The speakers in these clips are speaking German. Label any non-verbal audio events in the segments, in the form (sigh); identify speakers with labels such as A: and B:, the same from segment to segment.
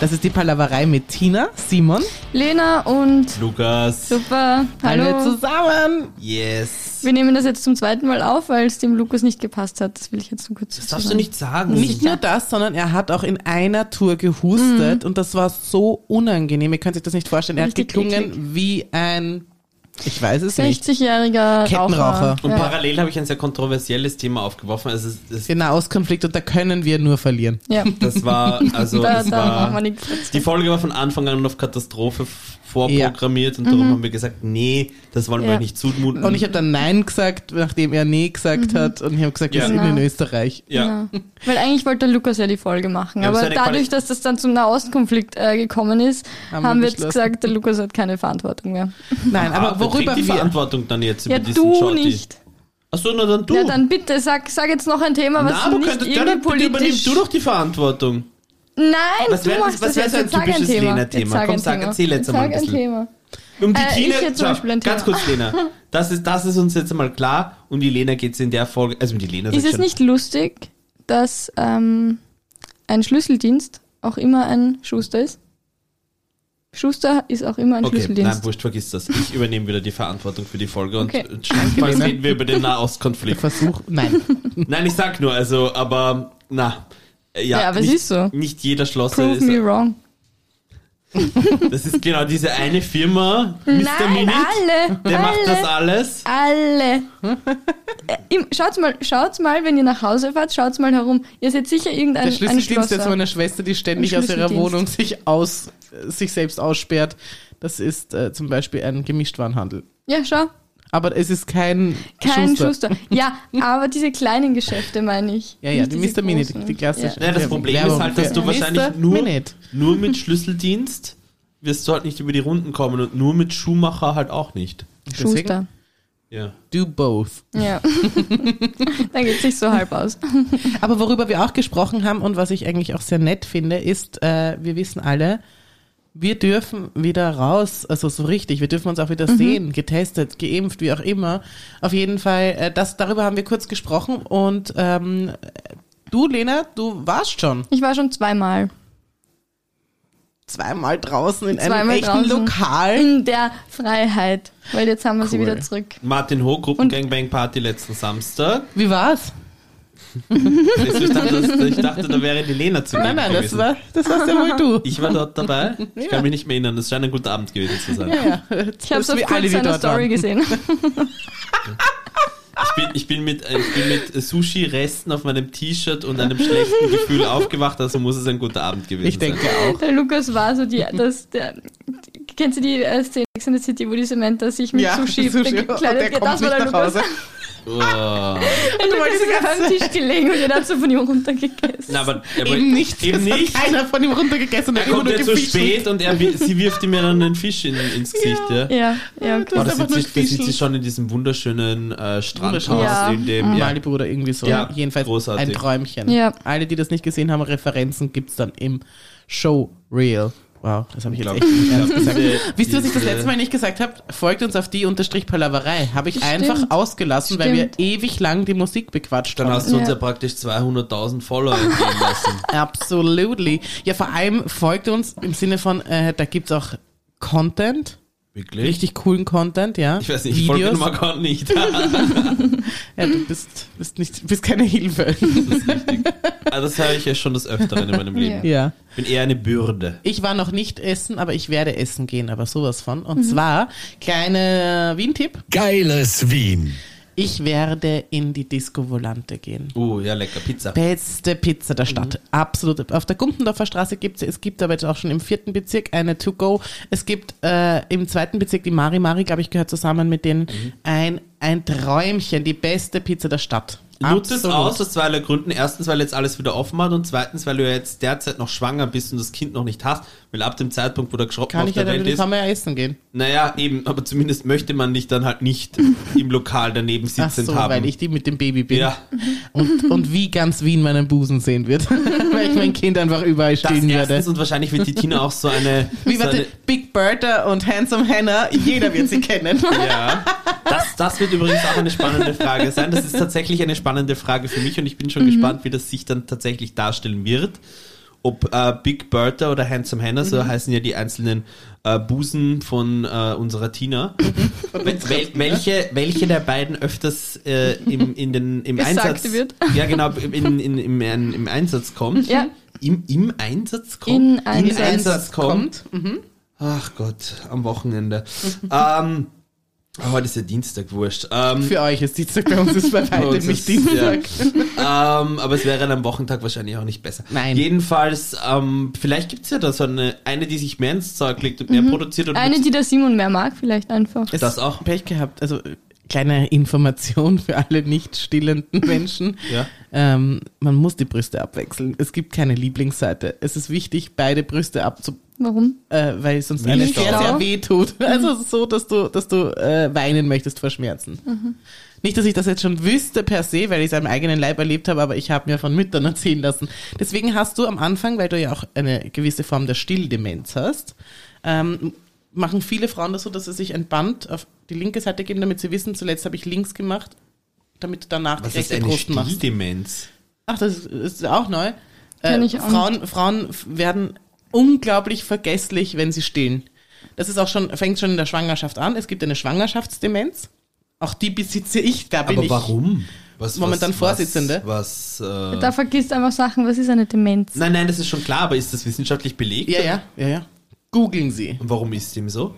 A: Das ist die Palaverei mit Tina, Simon.
B: Lena und
C: Lukas.
B: super.
A: Alle
B: Hallo.
A: zusammen. Yes.
B: Wir nehmen das jetzt zum zweiten Mal auf, weil es dem Lukas nicht gepasst hat. Das will ich jetzt nur kurz
C: Das
B: dazu
C: darfst du
B: sagen.
C: nicht sagen.
A: Nicht nur das, sondern er hat auch in einer Tour
C: Mhm.
A: gehustet und das war so unangenehm. Ihr könnt euch das nicht vorstellen. Er hat
B: Richtig
A: geklungen wie ein, ich weiß es nicht,
B: 60-jähriger
A: Kettenraucher.
C: Und
B: Ja. Genau.
C: parallel habe ich ein sehr kontroversielles Thema aufgeworfen. Also es ist, es,
A: den Nahostkonflikt und da können wir nur verlieren.
B: Ja.
C: das war, (laughs) also
B: da
C: das
B: da
C: war,
B: machen wir nichts dazu.
C: die Folge war von Anfang an auf Katastrophe f- vorprogrammiert und darum haben wir gesagt, nee, das wollen wir
B: Mhm. Ja.
C: euch nicht zumuten.
A: Und ich habe dann Nein gesagt, nachdem er Nee gesagt hat. Und ich habe gesagt, wir
C: Mhm. Ja.
A: sind in
B: Genau.
A: Österreich.
C: ja.
B: Ja. Weil eigentlich wollte der Lukas ja die Folge machen,
C: Ja, aber
B: aber
C: seine Quali-
B: dadurch, dass das dann zum Nahostkonflikt äh, gekommen ist,
A: Haben
B: haben,
A: wir
B: wir jetzt
A: beschlossen.
B: gesagt, der Lukas hat keine Verantwortung mehr.
A: Nein,
C: Ah,
A: aber
C: wer
A: worüber
C: trägt die
A: wir...
C: Verantwortung dann jetzt
B: Ja,
C: über diesen
B: du
C: Shorty?
B: nicht.
C: Achso, na dann du.
B: Ja, dann bitte, sag, sag jetzt noch ein Thema, was
C: Na, du
B: nicht
C: könntest gerne
B: irgendwie
C: bitte
B: politisch...
C: übernimmst du doch die Verantwortung.
B: Nein,
C: Was
B: du
C: wär-
B: machst
C: was
B: das
C: wär
B: jetzt.
C: so ein
B: Jetzt sag ein
C: typisches
B: Thema.
C: Lena-Thema?
B: Jetzt sag
C: Komm,
B: ein
C: sag,
B: Thema.
C: erzähl jetzt
B: Jetzt
C: einmal ein
B: sag
C: bisschen.
B: Thema.
C: Um die
B: Äh, ich
C: Tina,
B: jetzt zum
C: Schau,
B: Beispiel ein
C: ganz
B: Thema.
C: kurz, Lena. Das ist, das ist uns jetzt einmal klar. Um die Lena geht es in der Folge, also um die Lena. sag
B: Ist
C: ich
B: es
C: schon.
B: nicht lustig, dass ähm, ein Schlüsseldienst auch immer ein Schuster ist? Schuster ist auch immer ein
C: Okay,
B: Schlüsseldienst.
C: nein, wurscht, vergiss das. Ich übernehme wieder die Verantwortung für die Folge und
B: Okay.
C: jedenfalls
A: Lena.
C: reden wir über den
A: Der
C: Nahostkonflikt.
A: Versuch... Nein.
C: Nein, ich sag nur, also, aber, na. äh, Ja,
B: Ja, aber es
C: nicht,
B: ist so.
C: Nicht jeder Schlosser
B: Prove me
C: ist.
B: wrong.
C: Das ist genau diese eine Firma, Mr.
B: Nein,
C: Minute,
B: alle,
C: der macht das
B: alle,
C: alles.
B: alle.
C: (laughs)
B: Äh, im- Schaut's mal, schaut's mal, wenn ihr nach Hause fahrt, schaut's mal herum. Ihr seht sicher irgendein
A: Der
B: ein
A: Schlüsseldienst
B: Schlosser.
A: ist meiner Schwester, die ständig
B: Ein
A: aus ihrer
B: Schlüsseldienst.
A: Wohnung sich aus, äh, sich selbst aussperrt. Das ist äh, zum Beispiel ein Gemischtwarenhandel.
B: ja, schau.
A: Aber es ist kein,
B: Kein
A: Schuster.
B: Schuster.
C: (laughs)
B: Ja, aber diese kleinen Geschäfte meine ich.
A: Ja, ja,
B: Nicht
A: die
B: diese
A: Mr. Minute,
B: großen.
A: die klassische.
C: Ja, das
A: Werbung-
C: Problem ist
A: Werbung
C: halt, dass
A: für
C: du
A: Mr.
C: wahrscheinlich nur,
A: Minute.
C: nur mit Schlüsseldienst wirst du halt nicht über die Runden kommen und nur mit Schuhmacher halt auch nicht.
B: Ja.
A: Deswegen,
B: Schuster.
C: Ja.
A: Do both. (laughs)
B: Ja. Dann geht's sich so halb aus.
A: Aber worüber wir auch gesprochen haben und was ich eigentlich auch sehr nett finde, ist, äh, wir wissen alle, wir dürfen wieder raus, also so richtig, wir dürfen uns auch
B: Mhm.
A: wieder sehen, getestet, geimpft, wie auch immer. Auf jeden Fall, äh, das, darüber haben wir kurz gesprochen und ähm, du, Lena, du warst schon
B: Ich war schon zweimal.
A: zweimal draußen in einem
B: Zweimal
A: echten
B: draußen. Mhm.
A: Lokal.
B: In der Freiheit. Weil jetzt haben wir sie
A: Cool.
B: wieder zurück.
C: Martin Ho, Gruppengangbang-Party letzten Samstag.
A: Wie war's?
C: Ich dachte, das, ich dachte, da wäre die Lena zu
A: Nein, nein, das
C: gewesen.
A: war, das warst ja wohl du.
C: ich war
A: (laughs)
C: dort dabei. Ich
A: Ja.
C: kann mich nicht mehr erinnern. Das scheint ein guter Abend gewesen zu sein.
A: ja,
B: Ich habe es auf kurz seiner
A: (laughs)
B: Story gesehen.
C: Ich, bin, ich bin mit, ich bin mit Sushi-Resten auf meinem T-Shirt und einem schlechten Gefühl aufgewacht. Also muss es ein guter Abend gewesen
A: Ich denke
C: sein.
A: auch.
B: Der Lukas war so
A: (laughs)
B: die, das, der, kennst du die äh, Szene in Sex and the City, wo die Samantha sich mit
A: Ja,
B: Sushi,
A: (laughs) Sushi. Und der
B: bekleidet? Ja,
A: kommt
B: das war der
A: nicht nach
B: Lukas.
A: Hause.
B: (laughs)
C: Oh.
B: Der Lukas
A: wolltest die
B: ist auf
A: ganze
B: dem Tisch gelegen und jeder hat so von ihm runtergegessen.
A: (laughs)
C: Na, aber, aber e-
A: Eben nicht.
C: Eben
A: Es
C: nicht.
A: Hat keiner von ihm runtergegessen.
C: Er
A: Er hat immer
C: kommt
A: nur
C: ja zu
A: gefischt.
C: spät und er, wi- sie wirft ihm ja dann einen Fisch in, ins Gesicht. Ja.
B: Ja, ja,
A: Das ist
B: okay.
C: Boah, da
A: einfach
C: sitzt
A: nur
C: sie- da sitzt sie
A: Fischl.
C: schon in diesem wunderschönen äh, Strandhaus,
B: Ja.
C: in dem. Ja.
A: Malibu oder irgendwie so.
C: Ja,
A: Jedenfalls
C: großartig.
A: ein Träumchen.
B: Ja.
A: Alle, die das nicht gesehen haben, Referenzen gibt's dann im Showreel. Wow, das habe ich
C: Ich
A: jetzt (laughs)
C: glaub,
A: echt nicht ernst
C: ich glaub,
A: gesagt.
C: diese-
A: Wisst ihr, was ich das
C: diese-
A: letzte Mal nicht gesagt habe? Folgt uns auf die unterstrich Palaverei. Habe ich
B: Stimmt.
A: einfach ausgelassen, weil wir
B: Stimmt.
A: ewig lang die Musik bequatscht
C: Dann
A: haben.
C: hast du uns
B: Ja.
C: ja praktisch 200.000 Follower entgehen lassen.
A: Absolutely. Ja, vor allem folgt uns im Sinne von, äh, da gibt's auch Content.
C: Wirklich?
A: Richtig coolen Content, ja.
C: Ich weiß nicht, ich folge mal gar nicht. das
A: Ja, du bist, bist, nicht, bist keine Hilfe.
C: ist richtig. Aber Also das höre ich ja schon des Öfteren in meinem Leben.
A: ja.
C: Ich bin eher eine Bürde.
A: Ich war noch nicht essen, aber ich werde essen gehen, aber sowas von.
C: Mhm.
A: Und zwar, kleiner Wien-Tipp,
D: Geiles Wien.
A: ich werde in die Disco Volante gehen.
C: Uh, ja, lecker. Pizza.
A: Beste Pizza der Stadt.
C: Mhm.
A: Absolut. Auf der Gumpendorfer Straße gibt es, es gibt aber jetzt auch schon im vierten Bezirk eine To-Go. Es gibt äh, im zweiten Bezirk die Mari Mari, glaube ich, gehört zusammen mit denen
C: Mhm.
A: ein, ein Träumchen, die beste Pizza der Stadt.
C: Nutzt es
A: Absolut.
C: aus, aus zweierlei Gründen. Erstens, weil jetzt alles wieder offen hat und zweitens, weil du ja jetzt derzeit noch schwanger bist und das Kind noch nicht hast. Weil ab dem Zeitpunkt, wo der Schroppen
A: Kann
C: auf
A: ich ja
C: der
A: dann
C: Welt
A: mit dem
C: ist,
A: Sommer ja essen gehen.
C: Naja, eben, aber zumindest möchte man dich dann
A: (laughs)
C: halt nicht im Lokal daneben
A: Ach
C: sitzend
A: so,
C: haben.
A: weil ich die mit dem Baby bin.
C: ja,
A: Und, und wie ganz Wien meinen Busen sehen wird, (laughs) weil ich mein Kind einfach überall
C: das
A: stehen
C: erstens
A: werde.
C: und wahrscheinlich wird die Tina auch so eine.
A: Wie
C: so
A: warte,
C: eine
A: Big Bertha und Handsome Hannah, jeder wird sie kennen.
C: ja, das, das wird übrigens auch eine spannende Frage sein. Das
B: Mhm.
C: ist tatsächlich eine spannende Frage für mich und ich bin schon gespannt, wie das sich dann tatsächlich darstellen wird. ob äh, Big Bertha oder Handsome Hannah,
B: Mhm.
C: so heißen ja die einzelnen äh, Busen von äh, unserer Tina.
B: Mhm.
C: Wel wel welche, welche der beiden öfters äh, im, in den, im
B: Gesagt
C: Einsatz
B: wird.
C: Ja, genau, in, in, im, im Einsatz kommt.
B: Ja.
C: Im, Im Einsatz
B: In
C: kommt?
B: Einsatz
C: kommt. Ach Gott,
A: (laughs)
C: am Wochenende. ähm, heute ist ja Dienstag, wurscht. Ähm,
A: Für euch ist Dienstag, bei uns ist bei
C: Bei uns
A: weitem
C: ist-
A: nicht Dienstag.
C: Ja. ähm, aber es wäre dann am Wochentag wahrscheinlich auch nicht besser.
A: Nein.
C: Jedenfalls, ähm, vielleicht gibt es ja da so eine, eine, die sich mehr ins Zeug legt und
A: Mhm.
C: mehr produziert und
B: Eine, die der Simon mehr mag, vielleicht einfach.
A: Es-
C: das auch.
A: Pech gehabt. Also, äh, kleine Information für alle nicht stillenden
C: (laughs)
A: Menschen.
C: Ja.
A: Ähm, man muss die Brüste abwechseln. Es gibt keine Lieblingsseite. Es ist wichtig, beide Brüste abzu
B: Warum?
A: äh, weil sonst
C: Wie
A: eine
C: stau.
A: sehr, sehr weh tut. (laughs) Also so, dass du, dass du äh, weinen möchtest vor Schmerzen. Nicht, dass ich das jetzt schon wüsste per se, weil ich es am eigenen Leib erlebt habe, aber ich habe mir von Müttern (laughs) erzählen lassen. Deswegen hast du am Anfang, weil du ja auch eine gewisse Form der Stilldemenz hast, ähm, machen viele Frauen das so, dass sie sich ein Band auf die linke Seite geben, damit sie wissen, zuletzt habe ich links gemacht, damit du danach
C: Was
A: die
C: ist
A: rechte
C: eine
A: Brust machst.
C: Stilldemenz?
A: Ach, das ist- ist auch neu.
B: Kenn
A: Äh,
B: ich auch
A: Frauen, Frauen f- werden unglaublich vergesslich, wenn sie stillen. Das ist auch schon, fängt schon in der Schwangerschaft an. Es gibt eine Schwangerschaftsdemenz. Auch die besitze ich, da bin
C: Aber
A: ich.
C: warum? Was,
A: Momentan
C: was,
A: Vorsitzende.
C: Was, was äh,
B: Da vergisst einfach Sachen. Was ist eine Demenz?
C: Nein, nein, das ist schon klar, aber ist das wissenschaftlich belegt?
A: Ja, ja, ja, ja. Googeln Sie.
C: Und warum ist dem so?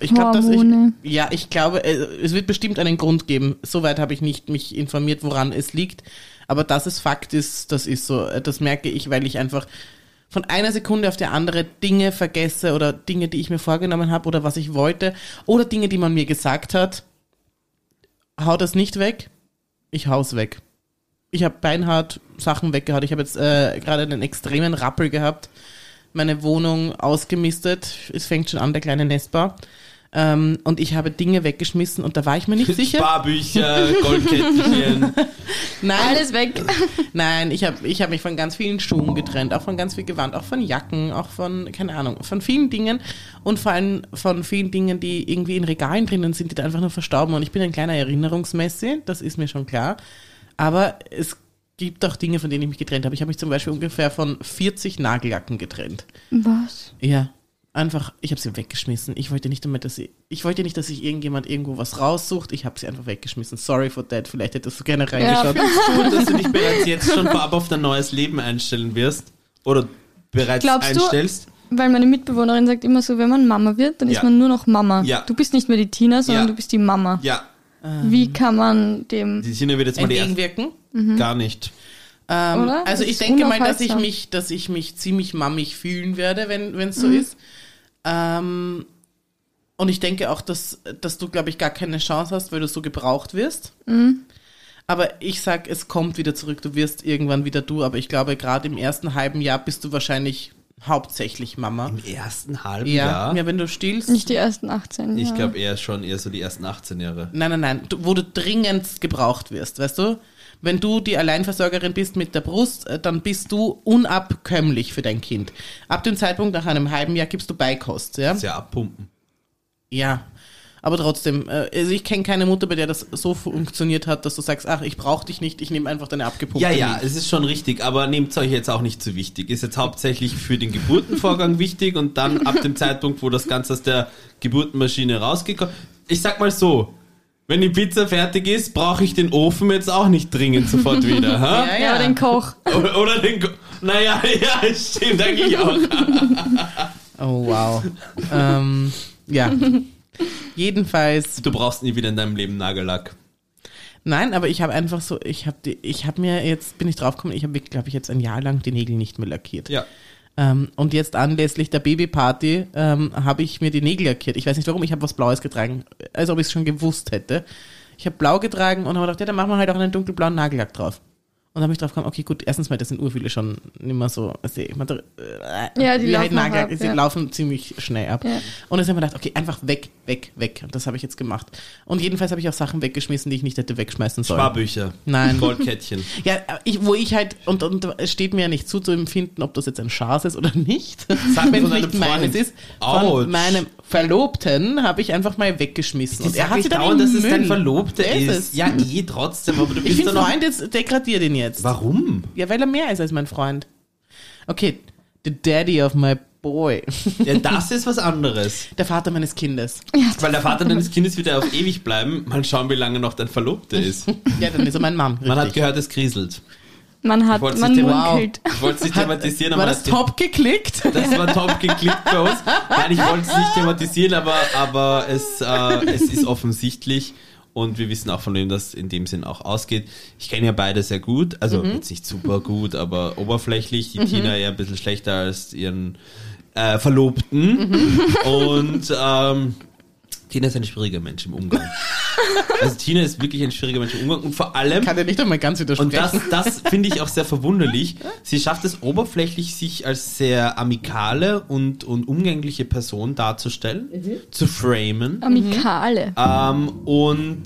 A: Ich glaub, dass
B: Hormone.
A: ich, ja, ich glaube, äh, es wird bestimmt einen Grund geben. Soweit habe ich nicht mich informiert, woran es liegt. Aber dass es Fakt ist, das ist so. Äh, Das merke ich, weil ich einfach von einer Sekunde auf die andere Dinge vergesse oder Dinge, die ich mir vorgenommen habe oder was ich wollte oder Dinge, die man mir gesagt hat. Hau das nicht weg, ich hau's weg. Ich habe beinhart Sachen weggehauen. Ich habe jetzt äh, gerade einen extremen Rappel gehabt. Meine Wohnung ausgemistet. Es fängt schon an, der kleine Nestbau. Ähm, und ich habe Dinge weggeschmissen und da war ich mir
C: (laughs)
A: nicht sicher.
C: Sparbücher, Goldkettchen.
A: (laughs) Nein,
B: Alles weg.
A: (laughs) nein, ich habe ich hab mich von ganz vielen Schuhen getrennt, auch von ganz viel Gewand, auch von Jacken, auch von, keine Ahnung, von vielen Dingen und vor allem von vielen Dingen, die irgendwie in Regalen drinnen sind, die da einfach nur verstauben. Und ich bin ein kleiner Erinnerungsmessi, das ist mir schon klar. Aber es gibt auch Dinge, von denen ich mich getrennt habe. Ich habe mich zum Beispiel ungefähr von 40 Nagellacken getrennt.
B: Was?
A: Ja. Einfach, ich habe sie weggeschmissen. Ich wollte nicht damit, dass sie, ich wollte nicht, dass sich irgendjemand irgendwo was raussucht. Ich habe sie einfach weggeschmissen. Sorry for that. Vielleicht hättest du gerne reingeschaut.
C: Gut, dass du dich bereits jetzt schon vorab auf dein neues Leben einstellen wirst. Oder bereits
B: Glaubst du-
C: einstellst.
B: Weil meine Mitbewohnerin sagt immer so, wenn man Mama wird, dann
C: Ja.
B: ist man nur noch Mama.
C: Ja.
B: Du bist nicht mehr die Tina, sondern
C: Ja.
B: du bist die Mama.
C: Ja,
B: Wie kann man dem...
C: die Tina wird jetzt mal die erste.
A: Entgegenwirken.
C: Gar nicht.
A: Ähm,
B: Oder?
A: Also
B: Das
A: ich
B: ist
A: denke mal, dass ich
B: unaufhaltsam.
A: mich, dass ich mich ziemlich mammig fühlen werde, wenn es
B: Mhm.
A: so ist. Ähm, und ich denke auch, dass, dass du, glaube ich, gar keine Chance hast, weil du so gebraucht wirst.
B: Mhm.
A: Aber ich sag, es kommt wieder zurück. Du wirst irgendwann wieder du. Aber ich glaube, gerade im ersten halben Jahr bist du wahrscheinlich hauptsächlich Mama.
C: Im ersten halben
A: Ja,
C: Jahr?
A: ja. wenn du stillst.
B: Nicht die ersten 18
C: Ich
B: ja.
C: glaube eher schon eher so die ersten 18 Jahre.
A: Nein, nein, nein, du, wo du dringendst gebraucht wirst, weißt du? Wenn du die Alleinversorgerin bist mit der Brust, äh, dann bist du unabkömmlich für dein Kind. Ab dem Zeitpunkt nach einem halben Jahr gibst du Beikost, ja?
C: Das ist ja abpumpen.
A: Ja. Aber trotzdem, äh, also ich kenne keine Mutter, bei der das so funktioniert hat, dass du sagst, ach, ich brauche dich nicht, ich nehme einfach deine abgepumpte
C: Ja, ja,
A: Milch.
C: es ist schon richtig, aber nehmt euch jetzt auch nicht zu wichtig. Ist jetzt hauptsächlich für den Geburtenvorgang (laughs) wichtig und dann ab dem Zeitpunkt, wo das Ganze aus der Geburtenmaschine rausgekommen Ich sag mal so, wenn die Pizza fertig ist, brauche ich den Ofen jetzt auch nicht dringend sofort wieder. Ha?
A: Ja,
B: Ja, aber den Koch.
C: Oder oder den. Go naja, (laughs) ja, stimmt eigentlich auch.
A: Oh,
C: (laughs)
A: wow. ähm, ja. Jedenfalls
C: Du brauchst nie wieder in deinem Leben Nagellack.
A: Nein, aber ich habe einfach so, ich habe die, ich habe mir jetzt, bin ich draufgekommen, ich habe, glaube ich, jetzt ein Jahr lang die Nägel nicht mehr lackiert.
C: Ja.
A: Ähm, und jetzt anlässlich der Babyparty ähm, habe ich mir die Nägel lackiert. Ich weiß nicht warum, ich habe was Blaues getragen, als ob ich es schon gewusst hätte. Ich habe blau getragen und habe gedacht, ja, dann machen wir halt auch einen dunkelblauen Nagellack drauf. Und habe mich drauf gekommen, okay, gut, erstens mal, das sind Urfühle schon nicht mehr so, also ich meine, äh,
B: Ja, die
A: wie
B: laufen auch ab,
A: sie
B: ja.
A: laufen ziemlich schnell ab.
B: Ja.
A: Und jetzt haben wir gedacht, okay, einfach weg, weg, weg. Und das habe ich jetzt gemacht. Und jedenfalls habe ich auch Sachen weggeschmissen, die ich nicht hätte wegschmeißen sollen.
C: Sparbücher.
A: Nein. (laughs)
C: Goldkettchen.
A: Ja, ich, wo ich halt, und, und es steht mir ja nicht zu, zu empfinden, ob das jetzt ein Schatz ist oder nicht.
C: Sag
A: Wenn es
C: von einem
A: nicht
C: Freund.
A: meines ist.
C: Autsch.
A: Von meinem Verlobten habe ich einfach mal weggeschmissen.
C: Die
A: Und er hat sie dann
C: dauernd,
A: im
C: dass es
A: Müll.
C: dein Verlobter
A: Der
C: ist.
A: es.
C: Ja, eh, trotzdem, aber du
A: Ich
C: bist
A: finde
C: doch noch.
A: Freund jetzt, degradiert ihn jetzt.
C: Warum?
A: Ja, weil er mehr ist als mein Freund. Okay, the daddy of my boy. (laughs)
C: Ja, das ist was anderes.
A: Der Vater meines Kindes.
B: Ja,
C: (laughs) Weil der Vater deines Kindes wird ja auf ewig bleiben. Mal schauen, wie lange noch dein Verlobter ist.
A: Ja, dann ist er mein Mann. Richtig.
C: Man hat gehört, es kriselt.
B: man hat,
C: Wolltest
B: man
C: du den-
B: munkelt.
C: Ich wollte es nicht thematisieren,
A: War
C: aber
A: das top geklickt?
C: Das war top geklickt bei uns. Nein, ich wollte es nicht thematisieren, aber, aber es, äh, es ist offensichtlich und wir wissen auch, von wem das in dem Sinn auch ausgeht. Ich kenne ja beide sehr gut, also jetzt nicht super gut, aber oberflächlich. Die Tina eher ein bisschen schlechter als ihren äh, Verlobten. Und ähm, Tina ist ein schwieriger Mensch im Umgang. Also Tina ist wirklich ein schwieriger Mensch im Umgang und vor allem
A: Kann er nicht einmal ganz widersprechen.
C: und das, das finde ich auch sehr verwunderlich. Sie schafft es oberflächlich, sich als sehr amikale und, und umgängliche Person darzustellen, zu framen.
B: Amikale.
C: Ähm, und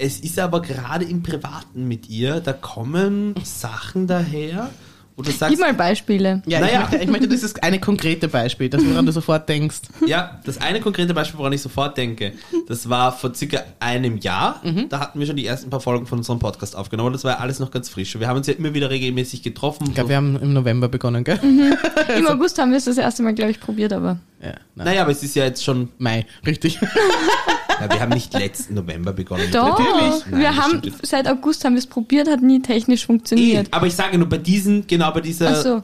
C: es ist aber gerade im Privaten mit ihr, da kommen Sachen daher, wo du
B: Gib
C: sagst,
B: mal Beispiele.
A: ja,
C: Naja.
A: ich, möchte, ich möchte, das ist eine konkrete Beispiel, das woran du sofort denkst.
C: ja, das eine konkrete Beispiel, woran ich sofort denke, das war vor circa einem Jahr. Da hatten wir schon die ersten paar Folgen von unserem Podcast aufgenommen. Das war ja alles noch ganz frisch. Wir haben uns ja immer wieder regelmäßig getroffen.
A: Ich glaube, wir haben im November begonnen, gell?
B: Im
C: also-
B: August haben wir es das erste Mal, glaube ich, probiert, aber
A: Ja, nein.
C: naja, aber es ist ja jetzt schon
A: Mai, richtig.
C: Ja, wir haben nicht letzten November begonnen.
B: doch,
A: Natürlich.
B: wir
C: Nein, das
B: haben
C: stimmt jetzt.
B: seit August haben wir es probiert, hat nie technisch
C: Eh,
B: funktioniert.
C: aber ich sage nur, bei diesen, genau bei dieser,
B: Ach so.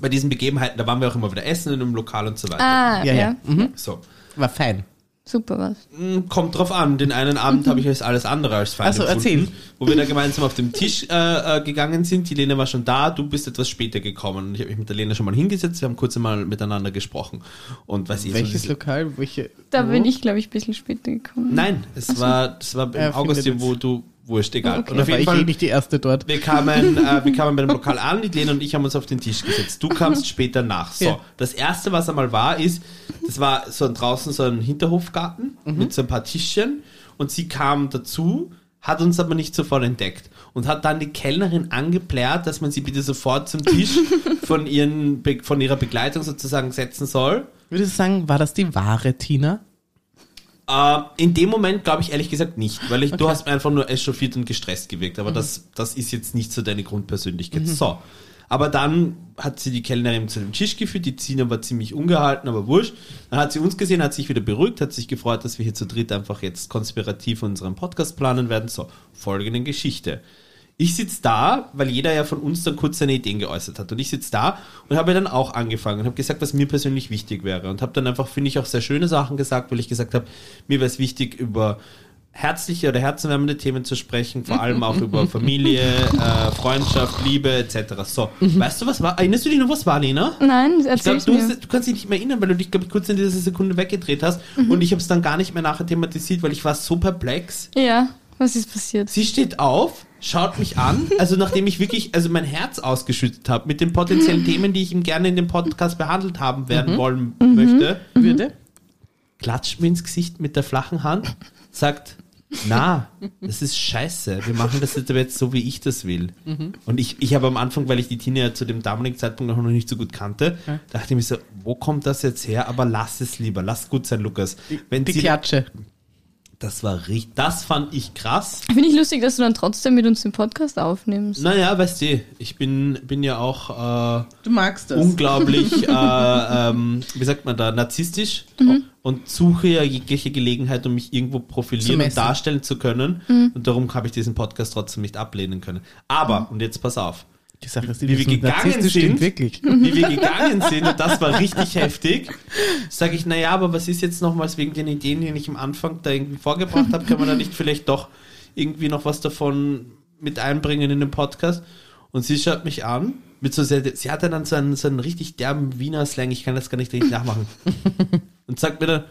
C: bei diesen Begebenheiten, da waren wir auch immer wieder essen in einem Lokal und so weiter.
A: (laughs)
B: Ah,
A: Ja,
B: ja,
A: ja. Mhm.
C: So.
A: War fein.
B: super was.
C: Hm, Kommt drauf an. Den einen Abend
B: Mhm.
C: habe ich als alles andere als fein
A: Ach so,
C: empfunden,
A: erzähl.
C: wo wir da gemeinsam auf dem Tisch äh, äh, gegangen sind. Die Lena war schon da, du bist etwas später gekommen. Ich habe mich mit der Lena schon mal hingesetzt, wir haben kurz mal miteinander gesprochen. Und weiß ich
A: Welches
C: so,
A: Lokal? Welche,
B: Da
A: wo?
B: bin ich, glaube ich, ein bisschen später gekommen.
C: Nein, es war, das war im
A: Ja,
C: August,
A: findet
C: wo du, wurscht, egal.
B: Okay.
C: Und auf
A: War
C: jeden
A: ich eh
C: Fall
A: nicht die Erste dort.
C: Wir kamen, äh, wir kamen bei dem Lokal an, die Lena und ich haben uns auf den Tisch gesetzt. Du kamst später nach. So,
A: Ja.
C: das erste, was einmal war, ist, das war so ein, draußen so ein Hinterhofgarten mit so ein paar Tischchen und sie kam dazu, hat uns aber nicht sofort entdeckt und hat dann die Kellnerin angeplärt, dass man sie bitte sofort zum Tisch von, ihren, Be- von ihrer Begleitung sozusagen setzen soll.
A: Würdest du sagen, war das die wahre Tina?
C: Ähm, in dem Moment glaube ich ehrlich gesagt nicht, weil ich, du
A: Okay.
C: hast mir einfach nur echauffiert und gestresst gewirkt, aber das, das ist jetzt nicht so deine Grundpersönlichkeit. So. Aber dann hat sie die Kellnerin zu dem Tisch geführt, die Zina war ziemlich ungehalten, aber wurscht. Dann hat sie uns gesehen, hat sich wieder beruhigt, hat sich gefreut, dass wir hier zu dritt einfach jetzt konspirativ unseren Podcast planen werden. So, folgende Geschichte. Ich sitz da, weil jeder ja von uns dann kurz seine Ideen geäußert hat. Und ich sitz da und habe dann auch angefangen und habe gesagt, was mir persönlich wichtig wäre. Und habe dann einfach, finde ich, auch sehr schöne Sachen gesagt, weil ich gesagt habe, mir wäre es wichtig, über herzliche oder herzenwärmende Themen zu sprechen, vor allem auch über Familie, äh, Freundschaft, Liebe etc. So, weißt du, was war? Erinnerst du dich noch, was war, Lena?
B: Nein,
C: Ich glaub,
B: erzähl's
C: du,
B: mir.
C: hast- du kannst dich nicht mehr erinnern, weil du dich, glaube ich, kurz in dieser Sekunde weggedreht hast. Und ich habe es dann gar nicht mehr nachher thematisiert, weil ich war so perplex.
B: Ja, was ist passiert?
C: Sie steht auf, schaut mich an, also nachdem ich wirklich, also mein Herz ausgeschüttet habe mit den potenziellen Themen, die ich ihm gerne in dem Podcast behandelt haben werden wollen möchte,
A: Würde?
C: klatscht mir ins Gesicht mit der flachen Hand, sagt, na, das ist scheiße, wir machen das jetzt aber jetzt so, wie ich das will. Und ich, ich habe am Anfang, weil ich die Tina ja zu dem damaligen Zeitpunkt auch noch nicht so gut kannte, dachte ich mir so, wo kommt das jetzt her? Aber lass es lieber, lass gut sein, Lukas. Wenn
A: Die
C: sie,
A: Klatsche.
C: das war richtig, das fand ich krass.
B: Finde ich lustig, dass du dann trotzdem mit uns den Podcast aufnimmst.
C: Naja, weißt du, ich bin, bin ja auch
A: Du magst
C: äh,
A: das. (laughs)
C: unglaublich, äh, ähm, wie sagt man da, narzisstisch
A: Mhm.
C: und suche ja jegliche Gelegenheit, um mich irgendwo
A: Zu
C: profilieren
A: messen. Mhm.
C: und darstellen zu können. Und darum habe ich diesen Podcast trotzdem nicht ablehnen können. Aber, und jetzt pass auf,
A: Die Sache ist, die
C: Wie wir
A: wissen,
C: gegangen
A: narzisstisch
C: sind.
A: stimmt wirklich.
C: wie wir gegangen sind, und das war richtig heftig, sage ich, naja, aber was ist jetzt nochmals wegen den Ideen, die ich am Anfang da irgendwie vorgebracht habe, kann man da nicht vielleicht doch irgendwie noch was davon mit einbringen in den Podcast? Und sie schaut mich an, mit so sehr, sie hatte dann so einen, so einen richtig derben Wiener Slang, ich kann das gar nicht richtig nachmachen. Und sagt mir dann,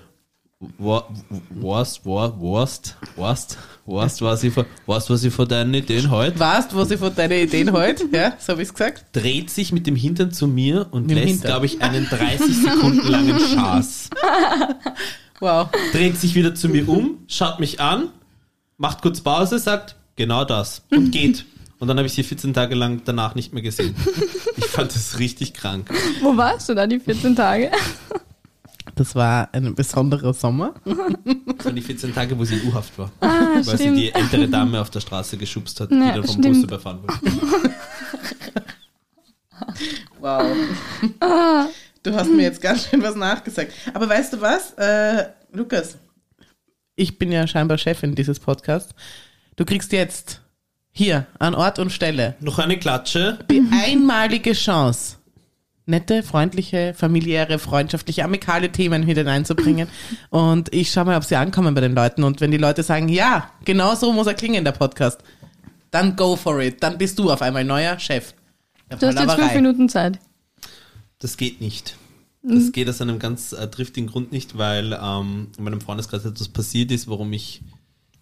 C: wa- warst, wa- warst, warst, warst, was ich vor, warst, was ich vor deinen Ideen heute?
A: Warst, was ich von deinen Ideen heute, ja, so habe ich es gesagt.
C: dreht sich mit dem Hintern zu mir und
A: Mit dem
C: lässt,
A: Hintern.
C: glaube ich, einen 30
A: (laughs)
C: Sekunden langen Schaß.
A: Wow.
C: Dreht sich wieder zu mir um, schaut mich an, macht kurz Pause, sagt, genau das
A: (laughs)
C: und geht. Und dann habe ich sie 14 Tage lang danach nicht mehr gesehen. Ich fand das richtig krank.
B: Wo warst du da die 14 Tage?
A: Das war ein besonderer Sommer.
C: Das waren die 14 Tage, wo sie in U-Haft war.
B: Ah,
C: weil sie die
B: stimmt.
C: ältere Dame auf der Straße geschubst hat, die
B: Ja,
C: dann vom
B: stimmt.
C: Bus überfahren wurde.
A: Wow. (laughs) Du hast mir jetzt ganz schön was nachgesagt. Aber weißt du was, äh, Lukas? Ich bin ja scheinbar Chefin dieses Podcasts. Du kriegst jetzt hier an Ort und Stelle
C: Noch eine Klatsche.
A: die einmalige Chance, nette, freundliche, familiäre, freundschaftliche, amikale Themen hier hineinzubringen. Und ich schaue mal, ob sie ankommen bei den Leuten. Und wenn die Leute sagen, ja, genau so muss er klingen, der Podcast, dann go for it. Dann bist du auf einmal neuer Chef. Der
B: Du hast jetzt fünf
A: Palaverei.
B: Minuten Zeit.
C: Das geht nicht.
A: Mhm.
C: Das geht aus einem ganz äh, triftigen Grund nicht, weil ähm, in meinem Freundeskreis etwas passiert ist, warum ich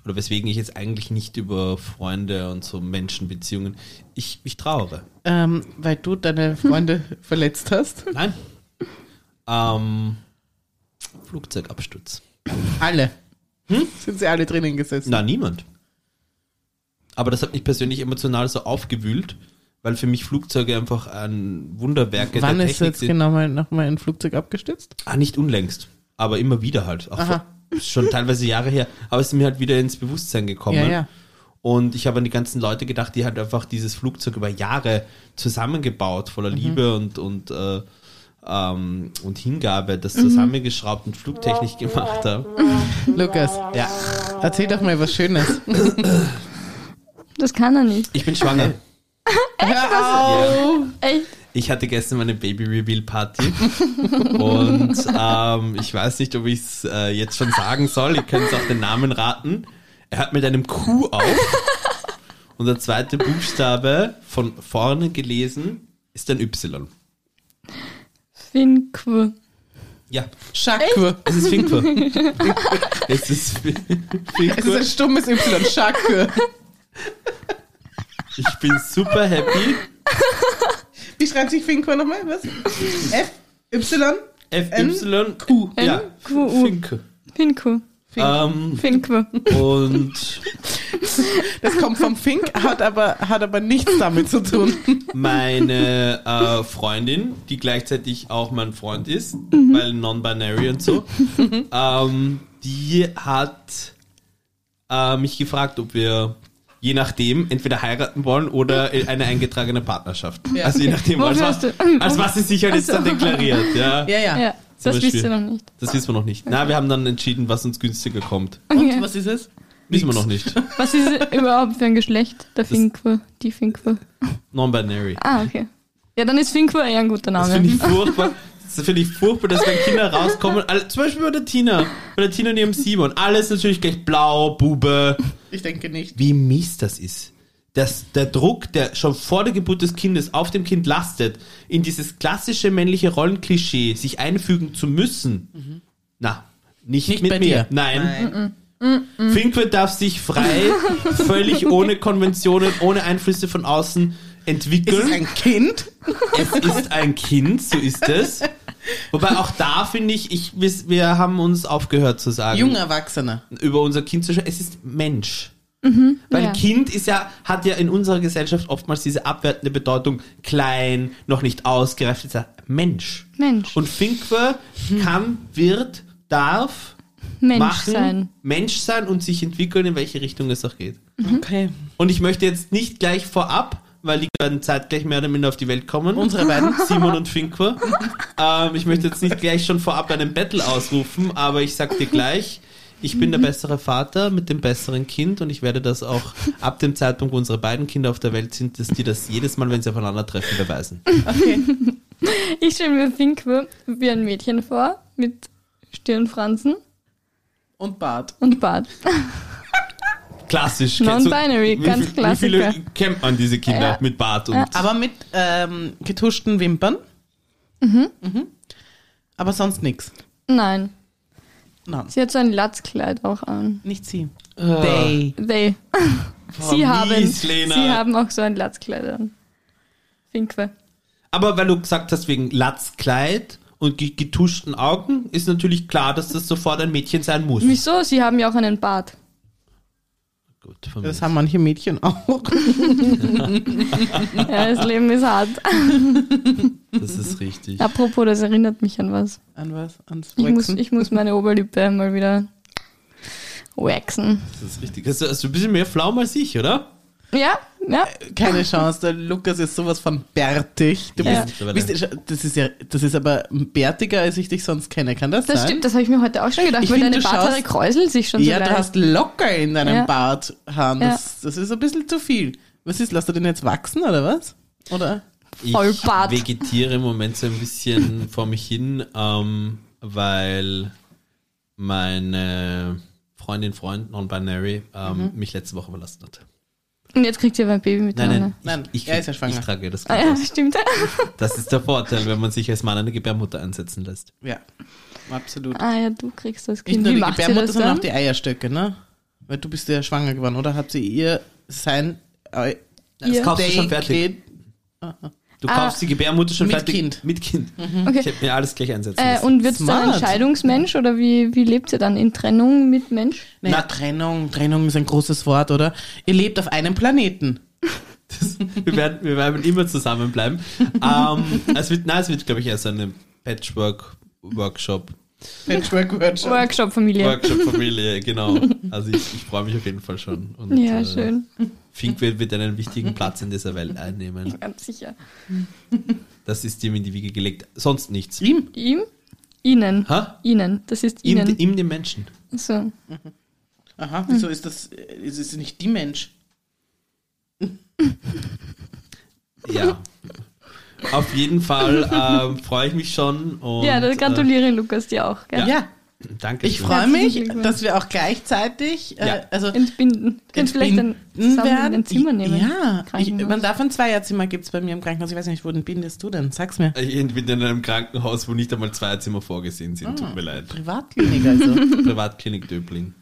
C: oder weswegen ich jetzt eigentlich nicht über Freunde und so Menschenbeziehungen. Ich, ich trauere.
A: Ähm, weil du deine Freunde (laughs) verletzt hast.
C: Nein. Ähm, Flugzeugabsturz.
A: Alle. Hm? Sind sie alle drinnen gesessen?
C: Na, niemand. Aber das hat mich persönlich emotional so aufgewühlt, weil für mich Flugzeuge einfach ein Wunderwerk der
A: Wann ist
C: Technik
A: jetzt
C: sind.
A: genau mal nochmal ein Flugzeug abgestürzt?
C: Ah, nicht unlängst, aber immer wieder halt. Auch
A: Aha.
C: vor- schon teilweise Jahre her. Aber es ist mir halt wieder ins Bewusstsein gekommen.
A: Ja, ja.
C: Und ich habe an die ganzen Leute gedacht, die halt einfach dieses Flugzeug über Jahre zusammengebaut, voller
A: Mhm.
C: Liebe und, und, äh, ähm, und Hingabe,
A: Mhm.
C: das zusammengeschraubt und Flugtechnik gemacht haben.
A: Lukas,
C: Ja,
A: erzähl doch mal was (laughs) Schönes.
B: Das kann er nicht.
C: ich bin schwanger.
A: Hör auf!
C: Ja.
B: Echt?
C: Ich hatte gestern meine Baby-Reveal-Party und ähm, ich weiß nicht, ob ich es äh, jetzt schon sagen soll. Ihr könnt auch den Namen raten. Er hört mit einem Q auf und der zweite Buchstabe von vorne gelesen ist ein Y.
B: Finqu.
C: Ja,
A: Schakur.
C: es ist Finkur.
A: Es
C: es ist
A: ist
C: Finkur.
A: ein stummes Y, Schakur.
C: Ich bin super happy.
A: Wie schreibt sich Finkur nochmal? Was? F, Y,
C: FYQ. Ja,
B: Q, U.
C: Finkur.
B: Finqu.
C: Ähm,
B: Finqu.
C: und
A: das kommt vom Fink, hat aber, hat aber nichts damit zu tun.
C: meine äh, Freundin, die gleichzeitig auch mein Freund ist, weil non-binary und so, ähm, die hat äh, mich gefragt, ob wir je nachdem entweder heiraten wollen oder in eine eingetragene Partnerschaft.
A: Ja.
C: Also je nachdem,
B: Wo
C: als,
B: wirst
C: was-
B: du?
C: als was sie sich halt jetzt dann deklariert. Ja.
A: Ja, ja.
B: Ja, das
C: Beispiel.
B: wisst ihr noch nicht.
C: Das wissen wir noch nicht. Na, wir haben dann entschieden, was uns günstiger kommt.
A: Und was ist es?
C: Wissen wir noch nicht.
B: Was ist (laughs) überhaupt für ein Geschlecht? Der Finqu, die Finqu.
C: Non-binary.
B: Ah, okay. Ja, dann ist Finqu eher ein guter
C: Das
B: Name.
C: finde ich
A: (laughs)
C: furchtbar. Das finde ich furchtbar, dass wenn Kinder rauskommen, alle, zum Beispiel bei der Tina, bei der Tina und ihrem Simon, alles natürlich gleich blau, Bube.
A: Ich denke nicht.
C: Wie mies das ist. Dass der Druck, der schon vor der Geburt des Kindes auf dem Kind lastet, in dieses klassische männliche Rollenklischee sich einfügen zu müssen. Na, nicht,
A: Mhm. Nicht
C: mit
A: bei
C: mir.
A: dir.
C: Nein. Finkwe darf
A: (laughs)
C: sich frei, völlig ohne Konventionen, ohne Einflüsse von außen
A: Ist
C: entwickeln.
A: es ein Kind?
C: Es ist ein Kind, so ist es. Wobei auch da finde ich, ich, wir, wir haben uns aufgehört zu sagen,
A: Junger Erwachsener.
C: über unser Kind zu sprechen. Es ist Mensch. Weil
B: Mhm. ja.
C: Kind ist ja, hat ja in unserer Gesellschaft oftmals diese abwertende Bedeutung, klein, noch nicht ausgereift, ist ja Mensch.
B: Mensch.
C: Und Finkwe kann, wird, darf
B: Mensch
C: machen,
B: sein.
C: Mensch sein und sich entwickeln, in welche Richtung es auch geht.
A: Okay.
C: Und ich möchte jetzt nicht gleich vorab, weil die beiden zeitgleich mehr oder minder auf die Welt
A: (laughs)
C: kommen.
A: Unsere beiden.
C: Simon und Finkwe. ähm, ich möchte jetzt nicht gleich schon vorab einen Battle ausrufen, aber ich sag dir gleich, ich bin der bessere Vater mit dem besseren Kind und ich werde das auch ab dem Zeitpunkt, wo unsere beiden Kinder auf der Welt sind, dass die das jedes Mal, wenn sie aufeinandertreffen, beweisen.
A: Okay.
B: Ich stelle mir Finqu wie ein Mädchen vor, mit Stirnfransen
A: Und Bart.
B: und Bart.
C: Klassisch.
B: Non-binary,
C: Wie
B: ganz
C: viel- Wie viele
B: Klassiker.
C: kennt man diese Kinder
B: Ja.
C: mit Bart und
B: Ja.
A: Aber mit ähm, getuschten Wimpern. Mhm. Aber sonst nichts.
B: Nein,
A: Nein,
B: sie hat so ein Latzkleid auch an.
A: nicht sie.
B: Äh.
A: They.
B: They. (laughs) sie,
A: Oh,
C: mies,
B: haben,
C: Lena.
B: sie haben auch so ein Latzkleid an. Finqu.
C: Aber weil du gesagt hast, wegen Latzkleid und ge- getuschten Augen, ist natürlich klar, dass das sofort ein Mädchen sein muss.
B: Wieso? Sie haben ja auch einen Bart.
C: Gut, von mir.
A: Das haben manche Mädchen auch. (laughs)
B: Ja, das Leben ist hart.
C: das ist richtig.
B: Apropos, das erinnert mich an was.
A: An was? Ans
B: Ich muss,
A: Wachsen?
B: ich muss meine Oberlippe mal wieder waxen.
C: Also, Das ist richtig. Hast du, hast du ein bisschen mehr Pflaumen als ich, oder?
B: Ja, Ja,
A: Keine Chance, der Lukas ist sowas von bärtig. Du
C: Ja.
A: bist, bist, das ist ja, das ist aber bärtiger, als ich dich sonst kenne. Kann das,
B: das
A: sein?
B: stimmt, das habe ich mir heute auch schon gedacht,
A: Ich
B: weil
A: find,
B: deine
A: du
B: Barthaare
A: schaust-
B: kräuseln sich schon
A: Ja,
B: so
A: du
B: leicht.
A: hast locker in deinem
B: Ja.
A: Bart Haaren. Das, das ist ein bisschen zu viel. Was ist, lass du den jetzt wachsen oder was? Oder?
C: Ich
B: Vollbart.
C: vegetiere im Moment so
B: (laughs)
C: ein bisschen vor mich hin, ähm, weil meine Freundin, Freund, Non-Binary,
B: Mhm.
C: ähm, mich letzte Woche verlassen hat.
B: Und jetzt kriegt ihr aber ein Baby mit
C: Nein,
B: der
C: nein,
A: Nein,
C: ich, ich,
A: er ist ja schwanger.
C: ich trage das
B: Ah,
C: Kind
B: ja, (laughs)
C: aus.
B: stimmt.
C: Das ist der Vorteil, wenn man sich als Mann eine Gebärmutter einsetzen lässt.
A: Ja, absolut.
B: Ah ja, du kriegst das
A: Nicht
B: Kind.
A: nur
B: Wie
A: die
B: macht ihr
A: Gebärmutter,
B: das
A: sondern auch
B: dann?
A: die Eierstöcke, ne? Weil du bist ja schwanger geworden, oder? Hat sie ihr sein äh, Eu-
B: Ihr-
C: Das kaufst du schon
A: Day
C: fertig.
A: Kid-
C: Du
B: Ah.
C: kaufst die Gebärmutter schon
A: Mit
C: fertig.
A: Kind. Mhm.
C: Mit Kind. Ich
B: Okay.
C: hätte mir alles gleich einsetzen
B: Äh,
C: lassen.
B: und wird es dann ein
A: Smart.
B: Scheidungsmensch oder wie, wie lebt ihr dann in Trennung mit Mensch?
A: Naja,
C: Na-
A: Trennung, Trennung ist ein großes Wort, oder? Ihr lebt auf einem Planeten.
C: wir, werden, wir werden
B: (laughs)
C: immer zusammenbleiben. ähm, es wird, nein, es wird, glaube ich, erst eine Patchwork-Workshop.
A: Patchwork Workshop.
B: Workshop-Familie.
C: Workshop-Familie, genau. Also ich, ich freue mich auf jeden Fall schon. Und,
B: Ja,
C: äh,
B: schön.
C: Fink wird, wird einen wichtigen Platz in dieser Welt einnehmen.
B: Ganz sicher.
C: Das ist ihm in die Wiege gelegt. Sonst nichts.
A: Ihm?
B: Ihm? Ihnen.
C: Ha?
B: Ihnen. Das ist
C: Ihm,
B: Ihnen.
C: ihm dem Menschen.
B: So.
A: Aha, wieso ist das, äh, ist es nicht die Mensch?
C: Ja. Auf jeden Fall ähm, freue ich mich schon. Und,
B: ja, da gratuliere Lukas dir auch. Gell?
C: Ja.
A: äh, ja.
C: Äh, danke.
A: Ich freue
B: Herzlichen
A: mich,
B: Glückwunsch.
A: dass wir auch gleichzeitig, äh,
C: Ja.
A: also
B: Entbinden. Könnt vielleicht ein,
A: entbinden
B: zusammen in ein Zimmer nehmen.
A: Ja, ich,
B: Krankenhaus.
A: man darf ein Zweierzimmer gibt's bei mir im Krankenhaus. Ich weiß nicht, wo entbindest du denn? Sag's mir.
C: Ich bin Äh, in einem Krankenhaus, wo nicht einmal zwei Zimmer vorgesehen sind.
B: Ah.
C: Tut mir leid.
A: Privatklinik also.
C: Privatklinik Döbling.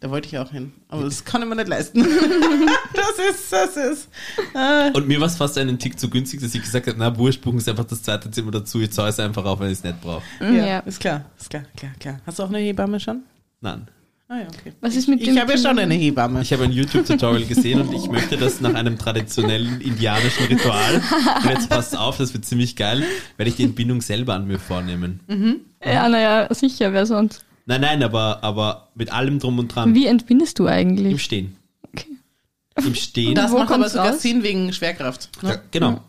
A: da wollte ich auch hin. Aber das kann ich mir nicht
B: (laughs)
A: leisten. das ist, das ist. Äh,
C: Und mir war es fast einen Tick zu günstig, dass ich gesagt habe, na wurscht, buchen Sie einfach das zweite Zimmer dazu, ich zahle es einfach auf, wenn ich es nicht brauche.
A: ja,
B: Mhm. Ja.
A: ist klar, ist klar, klar, klar. Hast du auch eine Hebamme schon?
C: Nein.
A: Ah ja, okay.
B: Was ist mit
A: Ich
B: dem
A: habe ja schon eine Hebamme.
C: Ich habe ein YouTube-Tutorial gesehen und ich möchte das nach einem traditionellen indianischen Ritual, und jetzt passt auf, das wird ziemlich geil, werde ich die Entbindung selber an mir vornehmen.
B: Ja, naja, sicher, wer sonst?
C: Nein, nein, aber, aber mit allem drum und dran.
B: Wie entbindest du
C: Im
B: eigentlich?
C: Stehen.
B: Okay.
C: Im Stehen.
A: das
B: Wo
A: macht aber
B: kommt's
A: sogar
B: raus?
A: Sinn wegen Schwerkraft. Ne?
C: Ja, genau.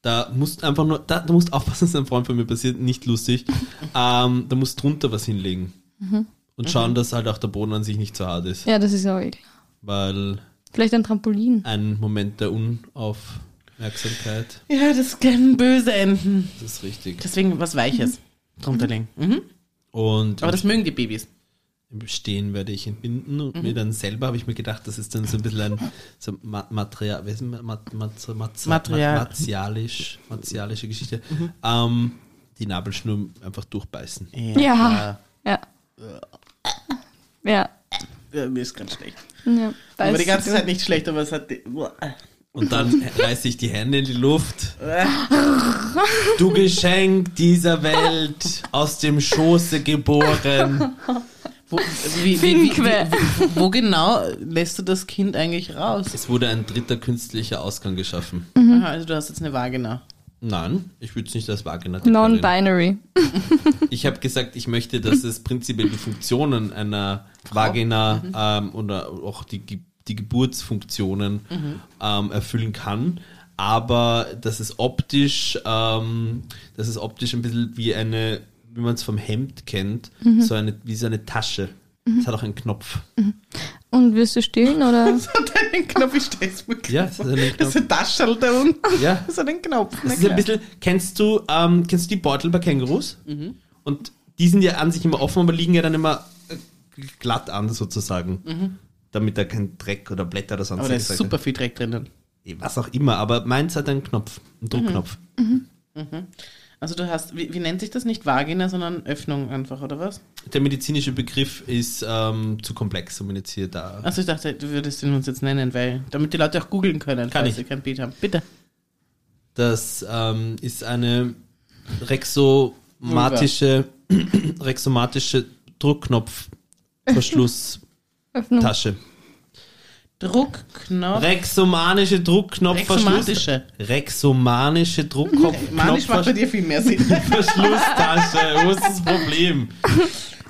C: Da musst einfach nur, da, da musst aufpassen, dass ein Freund von mir passiert, nicht lustig. ähm, da musst drunter was hinlegen. Und schauen, dass halt auch der Boden an sich nicht so hart ist.
B: Ja, das ist auch egal.
C: Weil
B: Vielleicht ein Trampolin.
C: ein Moment der Unaufmerksamkeit,
A: Ja, das kann böse enden.
C: das ist richtig.
A: Deswegen was Weiches drunter legen. Mhm.
C: Und
A: Aber das mögen die Babys.
C: im Stehen werde ich entbinden und mir dann selber, habe ich mir gedacht, das ist dann so ein bisschen ein so Ma- Material, wie ist denn Ma- Ma- Ma- Ma-
A: Material.
C: Ma- martialisch, martialische Geschichte. Ähm, die Nabelschnur einfach durchbeißen.
A: Ah,
B: Ja. Ja. Ja.
A: Ja, mir ist ganz schlecht.
B: ja.
A: aber
B: Weiß
A: die ganze
B: du.
A: Zeit nicht schlecht, aber es hat. die- Boah.
C: Und dann reiße ich die Hände in die Luft. Du Geschenk dieser Welt, aus dem Schoße geboren.
A: Wo, also wie, wie, wie, wie,
B: Finkwe.
A: wo genau lässt du das Kind eigentlich raus?
C: Es wurde ein dritter künstlicher Ausgang geschaffen.
B: Mhm.
A: Aha, also du hast jetzt eine Vagina.
C: Nein, ich würde es nicht als wahrgenommen
B: Non-binary.
C: Ich habe gesagt, ich möchte, dass es prinzipiell die Funktionen einer Vagina ähm, oder auch die, Ge- die Geburtsfunktionen ähm, erfüllen kann, aber dass es optisch, ähm, dass es optisch ein bisschen wie eine, wie man es vom Hemd kennt, so eine, wie so eine Tasche. Es hat auch einen Knopf.
B: Und wirst du stillen oder?
A: Und einen Knopf, ich stell's mir
C: Ja, es hat einen
A: Das
C: Knopf.
A: ist ein Taschel da unten.
C: Ja.
A: Das ist ein Knopf. ne? Genau. na
C: Das ist ein
A: klar.
C: bisschen, kennst du, ähm, kennst du die Beutel bei Kängurus?
A: Mhm.
C: Und die sind ja an sich immer offen, aber liegen ja dann immer äh, glatt an sozusagen. Damit da kein Dreck oder Blätter oder sonst
A: Mhm. aber da ist
C: was-
A: super viel Dreck drinnen.
C: Eh, Was auch immer, aber meins hat einen Knopf, einen Druckknopf.
A: Mhm. Also du hast, wie, wie nennt sich das nicht Vagina, sondern Öffnung einfach, oder was?
C: Der medizinische Begriff ist ähm, zu komplex, um ihn jetzt hier da.
A: Also ich dachte, du würdest ihn uns jetzt nennen, weil damit die Leute auch googeln können,
C: Kann
A: falls
C: ich.
A: sie kein Bild haben. Bitte.
C: Das ähm, ist eine rexomatische, (clears throat) rexomatische Druckknopfverschlusstasche.
A: (laughs)
B: Öffnung.
A: Druckknopf.
C: Rexomanische Druckknopfverschluss.
A: Rexomatische. (laughs)
C: Rexomanische Druckkopf-
A: Manisch macht bei
C: (laughs) Knopfversch-
A: dir viel mehr Sinn.
C: Verschlusstasche. Wo ist das Problem?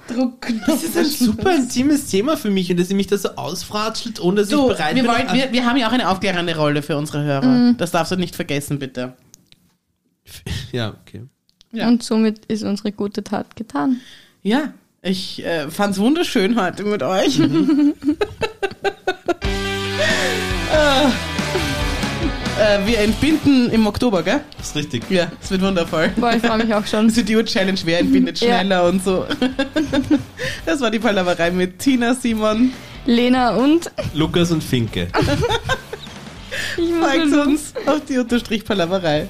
B: Drucken.
C: Das ist ein super intimes Thema für mich und dass sie mich da so ausfratschelt, ohne dass
A: Du,
C: ich bereit
A: wir,
C: bin. Ah,
A: wollen, wir, wir haben ja auch eine aufklärende Rolle für unsere Hörer.
C: Mhm.
A: Das darfst du nicht vergessen, bitte.
C: ja, okay.
A: Ja.
B: Und somit ist unsere gute Tat getan.
A: Ja, ich äh, fand's wunderschön heute mit euch. (laughs) Ah. äh, wir entbinden im Oktober, gell?
C: Das ist richtig.
A: Ja, es wird wundervoll.
B: Boah, ich freue mich
A: (laughs)
B: auch schon.
A: Also die Idiot-Challenge, wer entbindet
B: Ja.
A: schneller und so. (laughs) das war die Palaverei mit Tina, Simon.
B: Lena und
C: Lukas und Finke.
B: ich muss
A: Folgt
B: nur- Mhm.
A: uns auf die Unterstrich-Palaverei.